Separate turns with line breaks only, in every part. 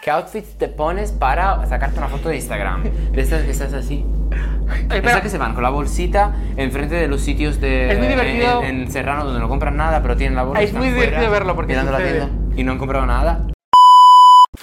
¿Qué outfits te pones para sacarte una foto de Instagram? De estas que estás así.
Ay,
Esas
pero-
que se van con la bolsita enfrente de los sitios de.
Es muy divertido.
En, en Serrano donde no compran nada, pero tienen la bolsa.
Es muy
están
divertido
fuera,
verlo, porque
Mirando la
sucede.
tienda. Y no han comprado nada.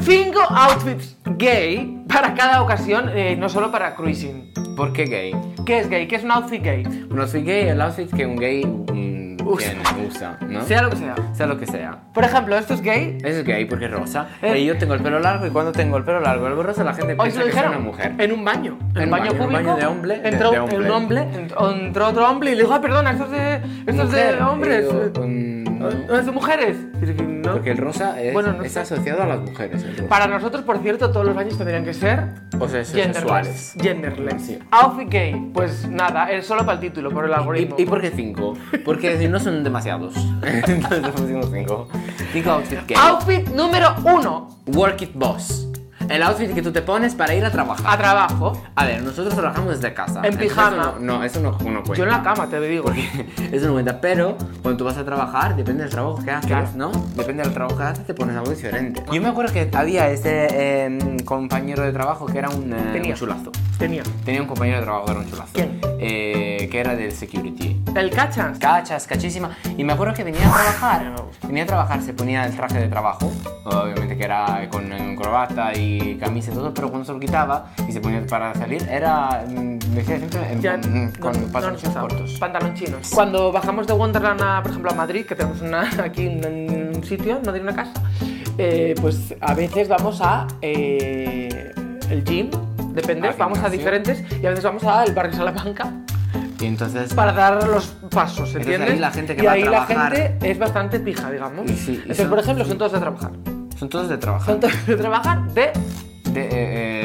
Cinco outfits gay para cada ocasión, eh, no solo para cruising.
¿Por qué gay?
¿Qué es gay? ¿Qué es un outfit gay?
Un outfit gay es el outfit que un gay mm,
Usa.
tiene, usa, ¿no?
Sea lo que sea.
Sea lo que sea.
Por ejemplo, esto es gay.
Eso es gay porque es rosa.
Eh.
Y yo tengo el pelo largo y cuando tengo el pelo largo y el rosa la gente
Hoy
piensa
se lo
que soy
dijeron
una mujer.
en un baño,
En
en un
un
baño
baño, en un
público.
baño de hombre, de-
entró
de hombre.
un hombre, entró, entró otro hombre y le dijo, ah, perdona, esto es de, esto es de
Mujer.
hombres,
Digo,
eh,
mm, no.
no es de mujeres. Y dije, "No".
Porque el rosa es,
Bueno, no
es
sé.
asociado a las mujeres. el rosa.
Para nosotros, por cierto, todos los baños tendrían que ser
o sea, es
genderless.
sexuales.
Genderless.
Sí.
Outfit gay, pues nada, es solo para el título, por el algoritmo.
¿Y, ¿Y por qué cinco? Porque si no son demasiados. Entonces estamos diciendo cinco. Cinco outfit gay.
Outfit número uno,
Work it boss. El outfit que tú te pones para ir a trabajar.
a trabajo.
A ver, nosotros trabajamos desde casa.
En
Entonces,
pijama.
eso No, no, eso no, no cuenta.
Yo en la cama, te digo.
Pues Eso no cuenta, pero cuando tú vas a trabajar, depende del trabajo que haces,
Claro.
¿no? Depende del trabajo que haces, te pones algo diferente. Yo me acuerdo que había ese eh, compañero de trabajo que era un, eh,
Tenía.
un chulazo.
Tenía.
Tenía un compañero de trabajo que era un chulazo.
¿Quién?
Eh, que era del security.
El cachas.
Cachas, cachísima. Y me acuerdo que venía a trabajar.
Me gusta.
Venía a trabajar, se ponía el traje de trabajo, obviamente que era con eh, corbata y camisa y todo, pero cuando se lo quitaba y se ponía para salir, era. mm, Decía siempre en-
Ya,
mm,
no-
con
no
pantalones
nos
cortos.
usamos. Pantaloncinos. Cuando bajamos de Wonderland, a, por ejemplo, a Madrid, que tenemos una, aquí un, un sitio, no tiene una casa, eh, pues a veces vamos a eh, el gym, depende,
Al
vamos a
gimnasio.
diferentes, y a veces vamos al barrio Salamanca
Y entonces
para dar los pasos, ¿entiendes?
ahí la gente que
y
va a
ahí
trabajar-
la gente es bastante pija, digamos.
Y sí, y
Entonces,
son-
por ejemplo,
sí.
son todos de trabajar.
son todos de trabajar.
Son todos de trabajar de
De, eh,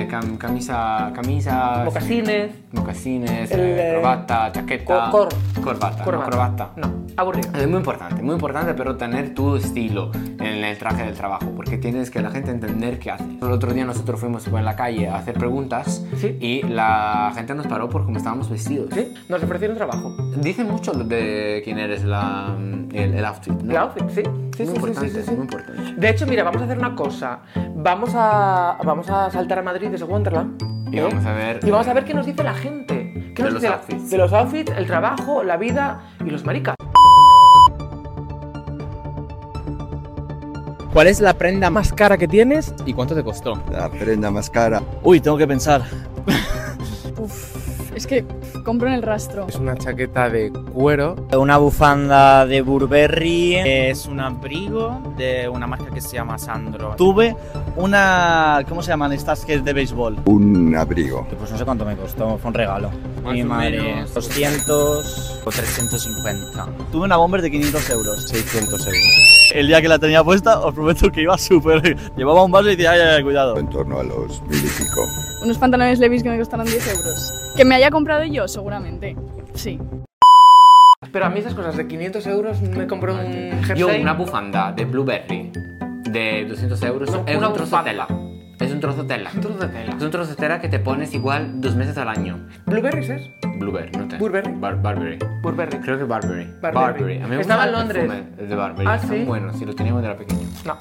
eh, cam- camisa, camisas,
mocasines.
mocasines,
El,
eh,
eh,
corbata, chaqueta,
cor-
corbata, no,
corbata.
corbata.
No, aburrido.
Es muy importante, muy importante, pero tener tu estilo en el traje del trabajo, porque tienes que la gente entender qué hace. El otro día nosotros fuimos en la calle a hacer preguntas
Sí.
y la gente nos paró por cómo estábamos vestidos.
¿Sí? Nos ofrecieron trabajo.
Dice mucho de quién eres la, mm, el, el outfit, ¿no?
El outfit, sí. Sí, sí,
muy
sí,
importante,
sí, sí, sí.
muy importante.
De hecho, mira, vamos a hacer una cosa. Vamos a, vamos a saltar a Madrid desde Wonderland.
Y vamos a ver-
Y vamos a ver qué nos dice la gente.
De
¿Qué nos
los
dice la-
outfits.
de los outfits, el trabajo, la vida y los maricas.
¿Cuál es la prenda más
cara que tienes?
y cuánto te costó?
La prenda más cara.
Uy, tengo que pensar.
Uf, es que pf, compro en el rastro.
Es una chaqueta de cuero
Una bufanda de Burberry es un abrigo de una marca que se llama Sandro.
Tuve una. ¿Cómo se llaman estas que es de béisbol?
Un abrigo.
Pues no sé cuánto me costó, fue un regalo.
Más
Mi
o
madre,
menos.
200 o 350.
Tuve una bomber de 500 euros.
600 euros.
El día que la tenía puesta, os prometo que iba súper. Llevaba un vaso y decía, ay, ay, ay, cuidado.
En torno a los mil y pico.
Unos pantalones Levi's que me costaron 10 euros. Que me haya comprado yo, seguramente. Sí.
Pero a mí esas cosas de 500 euros me compré un jersey.
Yo una bufanda de blueberry de 200 euros
No,
es
una
un trozo de
bufanda.
tela. Es un trozo de tela.
Un trozo de tela.
Es un trozo de tela que te pones igual dos meses al año.
¿Blueberries es?
Blueberry, no te.
Burberry.
Bar- Burberry.
Burberry.
Creo que Burberry.
Burberry.
A mí me gusta
Estaba en
el
Londres.
perfume de Burberry.
Ah,
Está
¿sí?
bueno, sí, lo teníamos desde pequeño.
No.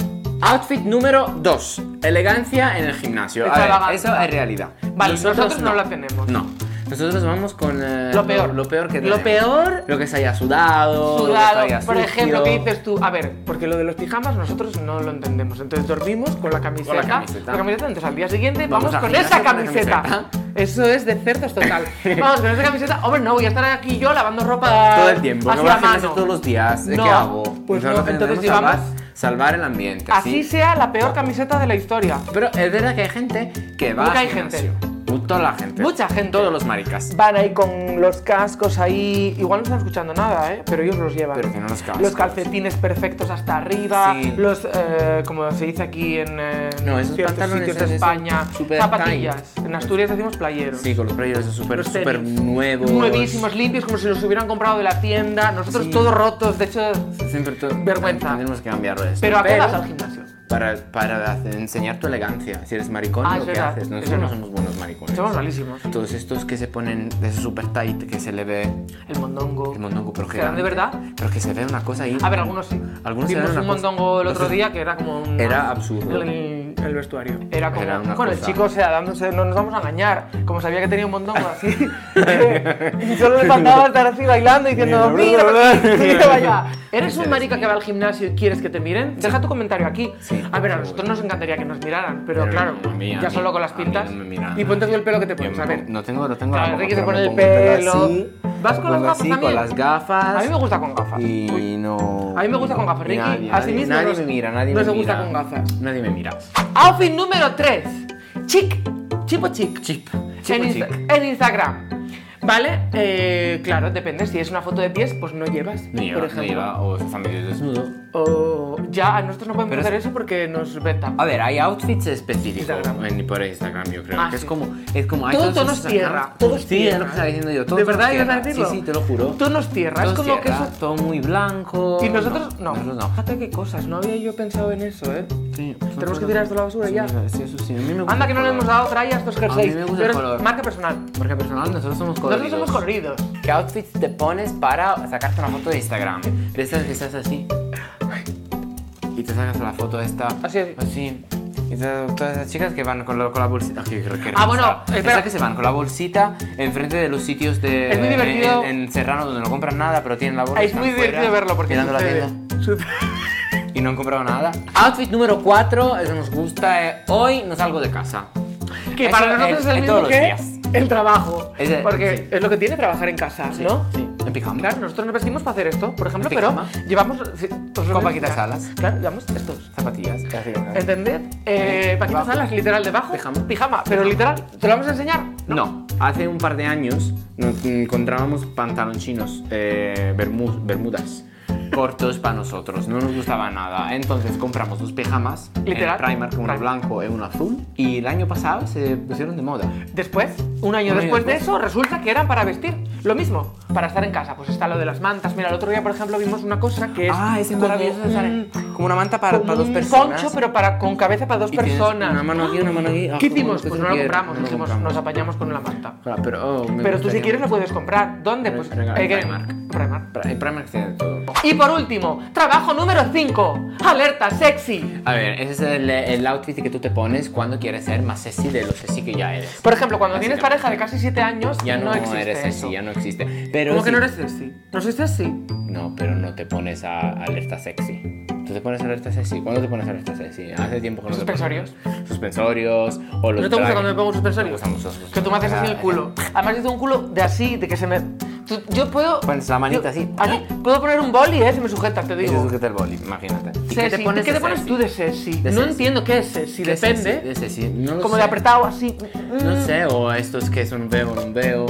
Outfit número 2. Elegancia en el gimnasio. A ver,
Extravaganza.
eso es realidad.
Vale, nosotros no la tenemos.
No. Nosotros vamos con eh,
Lo peor.
Lo, peor que
Lo
tenemos.
peor-
Lo que se haya sudado. lo que se
Sudado,
haya
por
sucio.
ejemplo, que dices tú, a ver, porque lo de los pijamas nosotros no lo entendemos. Entonces dormimos con la camiseta.
Con la camiseta.
la camiseta, entonces al día siguiente
Vamos
vamos,
al
con
gimnasio
esa
con la
camiseta.
camiseta.
Eso es de cerdos total. vamos con esa camiseta. Hombre, no voy a estar aquí yo lavando ropa
todo el tiempo.
hacia
no voy
la
al gimnasio
mano.
todos los días. ¿eh?
No,
¿Qué hago?
pues no,
Nosotros
entonces
intentamos salvar,
digamos-
salvar el ambiente. ¿sí?
Así sea la peor camiseta de la historia.
Pero es verdad que hay gente que va
Nunca
al
hay gente.
gimnasio. Toda la gente.
Mucha gente.
Todos los maricas.
Van ahí con los cascos ahí. Igual no están escuchando nada, ¿eh? Pero ellos los llevan.
Pero que no los cascos.
Los calcetines perfectos hasta arriba.
Sí.
Los, eh, como se dice aquí en eh,
No, esos
ciertos
pantalones
sitios de
esos
España.
super
Zapatillas.
tight.
En Asturias decimos playeros.
Sí, con los proyectos súper
Los tenis.
súper nuevos.
Nuevísimos, limpios, como si los hubieran comprado de la tienda. Nosotros
Sí.
todos rotos, de hecho.
Siempre todo-
Vergüenza.
Tendremos que cambiarlo esto.
Pero ¿a qué vas al gimnasio?
Para, para hacer- enseñar tu elegancia. Si eres maricón,
Ah, es
lo que
verdad,
haces.
es
Nosotros no
verdad.
somos buenos maricones.
Somos malísimos.
Todos estos que se ponen de ese super tight que se le ve
El mondongo.
el mondongo, pero
¿Serán
gigante,
de verdad?
Pero que se ve una cosa ahí.
A ver, algunos sí.
Algunos se
Vimos
ven
un
una cosa-
mondongo el otro
Entonces,
día que era como un.
Era absurdo.
El- en el vestuario. Era como,
Era una
bueno, el
cosa.
chico, o sea, dándose, no nos vamos a engañar. Como sabía que tenía un montón pues, así, y solo le faltaba estar así bailando y diciendo, mira, mira, vaya. ¿Eres un marica que va al gimnasio y quieres que te miren? Deja tu comentario aquí.
Sí.
a ver, a nosotros nos encantaría que nos miraran, pero,
Pero
claro,
a mí, a
ya
mí,
solo con las
a mí
pintas.
no me miran.
y ponte tú el pelo que te
Yo
pones,
me
a ver.
pongo- No tengo, no tengo
Claro,
la boca,
Ricky se
pero
pone
me
el
pongo pelo
pelo.
así,
¿Vas
me
con las
pongo
gafas
así,
también?
con las gafas.
A mí me gusta con gafas. Uy.
Y no.
A mí me gusta
no,
con gafas, Ricky.
nadie,
a sí
nadie-
mismo
nadie
no-
me mira, nadie
no
me
se gusta
mira.
con gafas.
Nadie me mira.
Outfit número 3. Chic. Chipo chic.
Chip.
en, Insta- en Instagram. ¿Vale? Eh, claro, depende. Si es una foto de pies, pues no llevas.
No lleva,
por
no
ejemplo.
lleva, o está medio desnudo.
O ya, a nosotros no podemos
Pero
hacer
es- Ah,
eso porque nos veta.
A ver, hay outfits específicos
Instagram.
en- por Instagram, yo creo.
Ah,
que es
sí.
como. Es como hay
Todo
todos
tonos
esos
tierra,
accounts- Sí,
todos
es
tierra.
lo que estaba diciendo yo.
¿De
todos tonos
verdad ibas a
tierra.
decirlo?
Sí, sí, te lo juro.
Tonos tierra. Es
Todos
como que
tierra,
eso.
Todo muy blanco.
Y nosotros no.
Nosotros no.
Fíjate qué cosas. No había yo pensado en eso, ¿eh?
Sí, pues,
Tenemos que tirar esto a la basura
sí,
ya.
Sí, eso sí. A mí me gusta
Anda que no
el
le hemos
color.
dado tralla a estos jerseys.
A mí me gusta
Pero
el
es
color.
Marca personal.
Porque personal, nosotros somos coloridos.
Nosotros somos corridos.
¿Qué outfits te pones para sacarte una foto de Instagram? De estas que estás así. Y te sacas la foto esta.
Así es.
Así. Y te- todas esas chicas que van con, la- con la bolsita. Ay, qué risa.
Ah, bueno, espera.
Esas que se van con la bolsita enfrente de los sitios de.
Es muy divertido.
En, en Serrano donde no compran nada, pero tienen la bolsa.
Es
están
muy
fuera,
divertido verlo porque
Mirando la
sucede.
tienda
Sucede.
y no han comprado nada. Outfit número 4, eso nos gusta. eh, hoy no salgo de casa.
Que
Eso
para nosotros es,
en
el
todos los
mismo que
días.
el trabajo.
Es de-
porque
sí.
es lo que tiene trabajar en casa,
Sí,
¿no?
Sí, en pijama.
Claro, nosotros nos vestimos para hacer esto, por ejemplo,
¿En
pero
pijama?
llevamos... sí, os lo
Con
voy a
vaquitas
explicar.
alas.
Claro, llevamos estos.
Zapatillas. casi, ¿no?
¿Entendés? Eh, vaquitas
Debajo.
alas, literal, debajo.
Pijama.
pero literal, ¿te lo vamos a enseñar?
No, hace un par de años nos encontrábamos pantaloncinos, eh, bermu- bermudas, cortos para nosotros, no nos gustaba nada. Entonces compramos dos pijamas,
Literal.
en Primark, uno
Primark.
blanco y uno azul, y el año pasado se pusieron de moda.
Después, un año
Un año
después de
después.
eso, resulta que eran para vestir. Lo mismo, para estar en casa. Pues está lo de las mantas. Mira, el otro día, por ejemplo, vimos una cosa que es.
Ah,
como un- mm,
como una manta para,
como
para dos
un
personas.
poncho, pero para, con cabeza para dos
y tienes
personas.
Una mano aquí, una mano aquí. ah,
¿Qué
como una
hicimos? Pues
cosa
no lo
que-
compramos,
no lo
dijimos,
compramos.
nos apañamos con la manta.
Ah, Pero, oh, me
Pero tú si
gustaría
quieres lo
mucho.
puedes comprar. ¿Dónde?
En-
Pues
en
eh, que-
Primark.
Primark.
Pra- En Primark tiene todo.
Y por último, trabajo número 5. Alerta sexy.
A ver, ese es el, el outfit que tú te pones cuando quieres ser más sexy de lo sexy que ya eres.
Por ejemplo, cuando tienes
Básicamente.
pareja de casi 7 años,
Ya no,
existe
eres sexy,
eso.
ya no existe. Pero
¿Cómo
sí-
que no eres sexy? ¿No soy sexy?
No, pero no te pones a alerta sexy. ¿Tú te pones alerta sexy? ¿Cuándo te pones alerta sexy? Hace tiempo que no te pones.
Suspensorios.
Suspensorios o los
¿No te gusta
drag-
cuando me pongo
Me
suspensorios?
gustan mucho los
Que tú me haces así en el
suspensorios. Ah,
culo. Además, yo tengo un culo de así, de que se me. tú- Yo puedo.
eh, Pones la manita
yo-
así.
Puedo poner un boli, eh, se me sujeta, te
Ese es
digo.
el que te el boli, imagínate. ¿Y
Sexy. ¿Qué
de
te pones
sexy?
tú de sexy?
De
no
sexy.
entiendo qué es sexy,
¿Qué
depende.
sexy? De sexy, no lo
como de
sé.
apretado así. Mm.
No sé, o estos que son veo, no veo.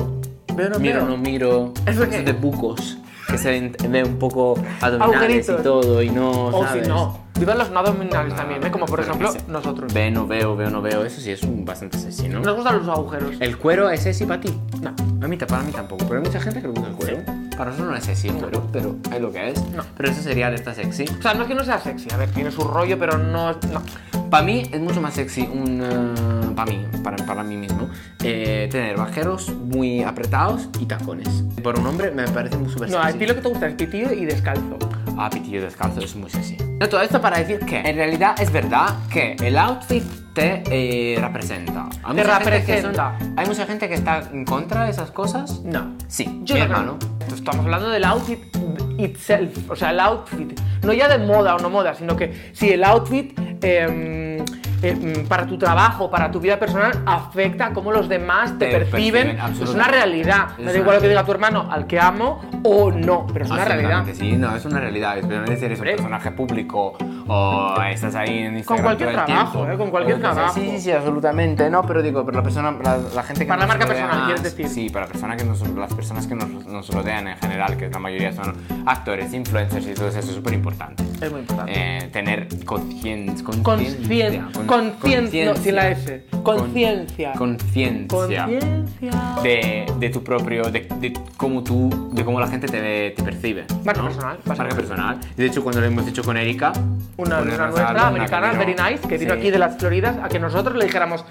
Veo, no
miro,
veo.
no miro.
¿Eso qué?
Esos de bucos. Que se ven, ven un poco abdominales
Agujeritos.
y todo, y no.
O si
¿sabes?
no. Vivan los no abdominales
Ah,
también, ¿eh? como por
pero
ejemplo
qué sé.
nosotros.
Ve, no veo, veo, no veo. Eso sí es un bastante sexy, ¿no? Eh.
Nos gustan los agujeros.
¿El cuero es sexy para ti?
No.
A mí, ta- para mí tampoco, pero hay mucha gente que le gusta el cuero. Para nosotros no es sexy el cuero, pero es lo que es.
No.
Pero eso sería alerta sexy.
O sea, no es que no sea sexy, a ver, tiene su rollo, pero no. no.
Para mí es mucho más sexy un para mí, para, para mí mismo, eh, tener vaqueros muy apretados y tacones. Por un hombre me parece muy súper
No,
sexy.
a ti lo que te gusta es pitillo y descalzo.
Ah, pitillo descalzo es muy sexy. No, todo esto para decir que en realidad es verdad que el outfit te eh, representa. Hay
Te
mucha gente que
representa.
son- hay mucha gente que está en contra de esas cosas.
No.
Sí,
Yo
mi
no
hermano.
creo. Estamos hablando del outfit itself, o sea, el outfit. No ya de moda o no moda, sino que si el outfit eh, eh, para tu trabajo, para tu vida personal, afecta a cómo los demás te,
Te perciben,
perciben. es una
absolutamente.
realidad.
Es
Me
una
da igual lo que
realidad.
diga tu hermano, al que amo o no, pero es una realidad.
Absolutamente, Ah, Sí, no, es una realidad. Especialmente si eres un
Hombre.
personaje público o estás ahí en Instagram.
cualquier
todo el
trabajo,
tiempo.
¿eh? Con cualquier
O lo que sea.
trabajo.
Sí, sí, sí, absolutamente. No, pero digo, pero la persona, la, la gente que.
Para la
nos
marca
rodea
personal,
más-
quieres decir.
Sí, para la persona que nos, las personas que nos, nos rodean en general, que la mayoría son actores, influencers y todo eso, es súper importante.
Es muy importante.
Eh, tener conciencia.
Conciencia. Conciencia. No, sin la S. Conciencia.
Conciencia.
Conciencia.
De, de tu propio, de, de cómo tú, de cómo la gente te, ve- te percibe.
Marca
¿no?
personal, básicamente.
Marca personal. De hecho, cuando lo hemos hecho con Erika,
una
con
amiga
Erika Salón,
nuestra, americana,
que vino-
Very Nice, que vino
Sí.
aquí de las Floridas, a que nosotros le dijéramos,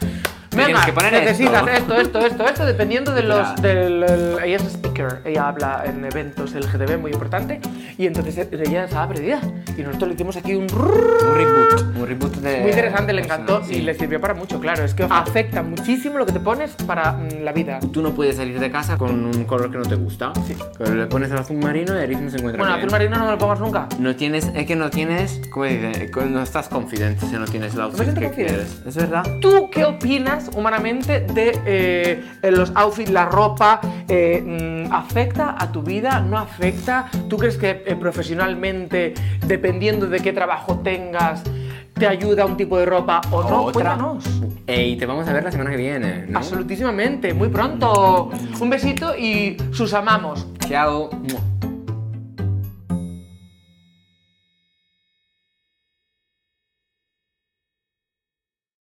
Me tienes
Venga,
que poner
necesitas
esto.
esto, esto, esto, esto, dependiendo de los.
Ya.
Del, el- ella es speaker, ella habla en eventos LGTB muy importante, y entonces ella estaba perdida. Y nosotros le hicimos aquí un. rrrr
Un reboot. Un reboot de.
Muy interesante, le
personal,
encantó
Eh, pues sí. Ah.
y le sirvió para mucho, claro. Es que afecta muchísimo lo que te pones para mm, la vida.
Tú no puedes salir de casa con un color que no te gusta.
Sí.
Pero le pones el azul marino y el no se encuentra
Bueno,
bien.
azul marino no me lo pongas nunca.
No tienes, es que no tienes, ¿cómo dice? No estás confidente si no tienes la outfit
siento
que
confident.
quieres. Es verdad.
¿Tú qué opinas humanamente de eh, los outfits, la ropa? Eh, mm, ¿Afecta a tu vida? ¿No afecta? ¿Tú crees que eh, profesionalmente, dependiendo de qué trabajo tengas, te ayuda un tipo de ropa o no?
Otra.
Cuéntanos.
Ey, te vamos a ver la semana que viene, ¿no?
Absolutísimamente, muy pronto. Un besito y sus amamos.
Chao. Mua.